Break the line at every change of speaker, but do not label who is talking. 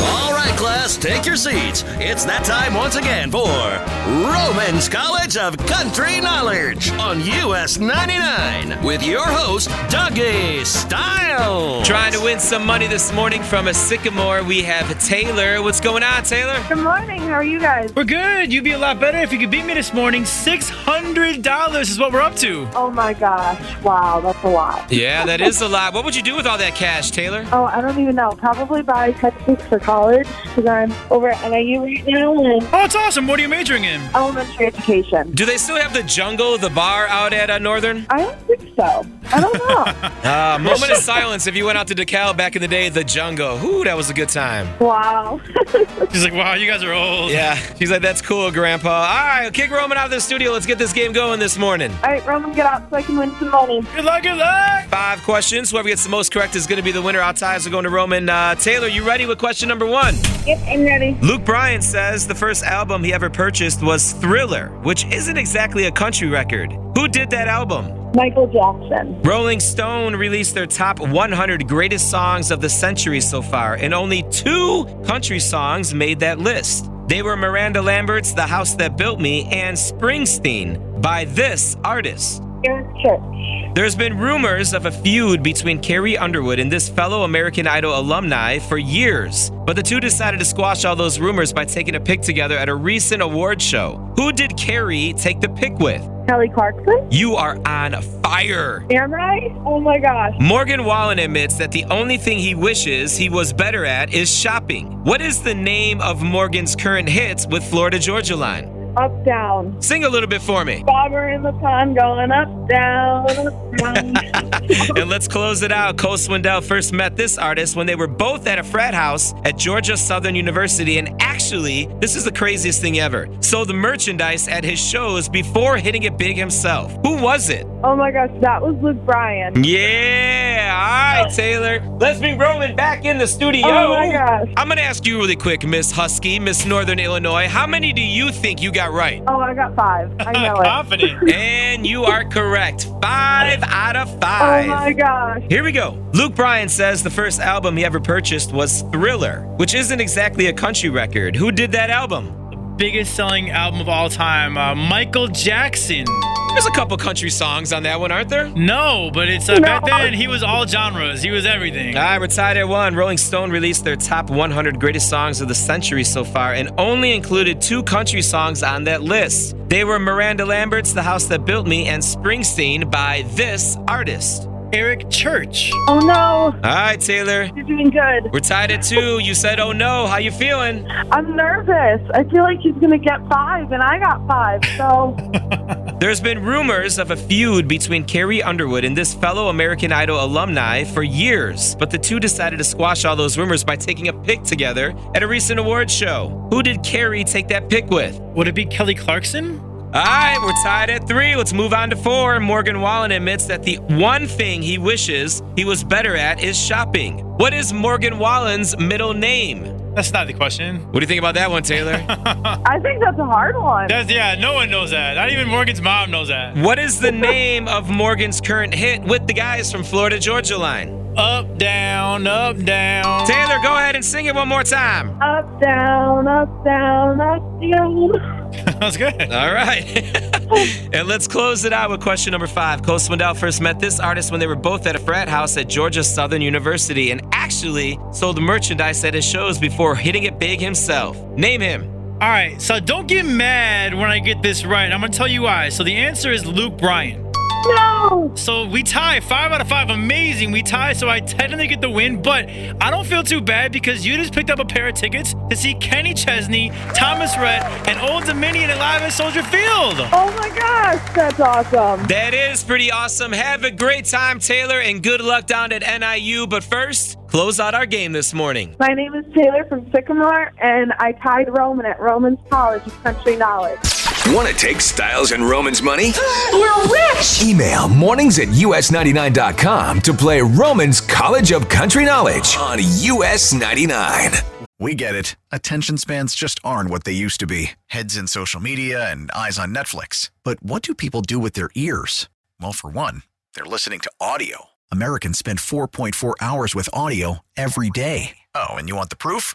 All right, class, take your seats. It's that time once again for Romans College of Country Knowledge on US 99 with your host, Dougie Style.
Trying to win some money this morning from a sycamore. We have Taylor. What's going on, Taylor?
Good morning. How are you guys?
We're good. You'd be a lot better if you could beat me this morning. $600 is what we're up to.
Oh my gosh. Wow, that's a lot.
Yeah, that is a lot. What would you do with all that cash, Taylor?
Oh, I don't even know. Probably buy textbooks for college because I'm over at NIU right now in
Oh, it's awesome. What are you majoring in?
elementary education.
Do they still have the jungle, the bar out at uh, Northern?
I don't think so. I don't know.
Uh, moment of silence if you went out to DeKalb back in the day, the jungle. Ooh, that was a good time.
wow.
She's like, wow, you guys are old.
Yeah. She's like, that's cool, Grandpa. All right, kick Roman out of the studio. Let's get this game going this morning.
All right, Roman, get out so I can win some money.
Good luck, good luck.
Five questions. Whoever gets the most correct is going to be the winner. Our ties are going to Roman. Uh, Taylor, you ready with question number one?
Yep, I'm ready.
Luke Bryan says the first album he ever purchased was Thriller, which isn't exactly a country record. Who did that album?
Michael Jackson.
Rolling Stone released their top 100 greatest songs of the century so far, and only two country songs made that list. They were Miranda Lambert's The House That Built Me and Springsteen by this artist.
Eric Church.
There's been rumors of a feud between Carrie Underwood and this fellow American Idol alumni for years, but the two decided to squash all those rumors by taking a pic together at a recent award show. Who did Carrie take the pic with?
Kelly Clarkson.
You are on fire.
Am I? Oh my gosh.
Morgan Wallen admits that the only thing he wishes he was better at is shopping. What is the name of Morgan's current hits with Florida Georgia Line?
Up, down.
Sing a little bit for me.
Bobber in the pond going up, down, up, down.
and let's close it out. Cole Swindell first met this artist when they were both at a frat house at Georgia Southern University. And actually, this is the craziest thing ever. Sold the merchandise at his shows before hitting it big himself. Who was it?
oh my gosh, that was Luke Bryan.
Yeah. All right, Taylor. Let's be rolling back in the studio.
Oh my gosh.
I'm going to ask you really quick, Miss Husky, Miss Northern Illinois. How many do you think you got right?
Oh, I got five. I know it.
Confident.
And you are correct. Five out of
Oh
five.
my gosh.
Here we go. Luke Bryan says the first album he ever purchased was Thriller, which isn't exactly a country record. Who did that album?
Biggest selling album of all time, uh, Michael Jackson.
There's a couple country songs on that one, aren't there?
No, but it's uh,
No.
back then he was all genres. He was everything.
I Ah, retired at one. Rolling Stone released their top 100 greatest songs of the century so far and only included two country songs on that list. They were Miranda Lambert's The House That Built Me and Springsteen by this artist.
Eric Church.
Oh no.
All right, Taylor.
You're doing good.
We're tied at two. You said, oh no. How you feeling?
I'm nervous. I feel like she's gonna get five, and I got five. So
There's been rumors of a feud between Carrie Underwood and this fellow American Idol alumni for years, but the two decided to squash all those rumors by taking a pic together at a recent award show. Who did Carrie take that pic with?
Would it be Kelly Clarkson?
All right, we're tied at three. Let's move on to four. Morgan Wallen admits that the one thing he wishes he was better at is shopping. What is Morgan Wallen's middle name?
That's not the question.
What do you think about that one, Taylor?
I think that's a hard one.
That's yeah. No one knows that. Not even Morgan's mom knows that.
what is the name of Morgan's current hit with the guys from Florida Georgia Line?
Up, down, up, down.
Taylor, go ahead and sing it one more time.
Up, down, up, down, up, down.
That's good.
All right. and let's close it out with question number five. Cole Swindell first met this artist when they were both at a frat house at Georgia Southern University and actually sold merchandise at his shows before hitting it big himself. Name him.
All right, so don't get mad when I get this right. I'm gonna tell you why. So the answer is Luke Bryan.
No!
So we tie five out of five. Amazing. We tie, so I technically get the win, but I don't feel too bad because you just picked up a pair of tickets to see Kenny Chesney, Thomas Rhett, and Old Dominion alive at Soldier Field.
Oh my gosh, that's awesome.
That is pretty awesome. Have a great time, Taylor, and good luck down at NIU. But first, close out our game this morning.
My name is Taylor from Sycamore, and I tied Roman at Roman's College of Country Knowledge.
Want to take Styles and Roman's money? We're rich! Email mornings at us99.com to play Roman's College of Country Knowledge on US 99.
We get it. Attention spans just aren't what they used to be heads in social media and eyes on Netflix. But what do people do with their ears? Well, for one, they're listening to audio. Americans spend 4.4 hours with audio every day. Oh, and you want the proof?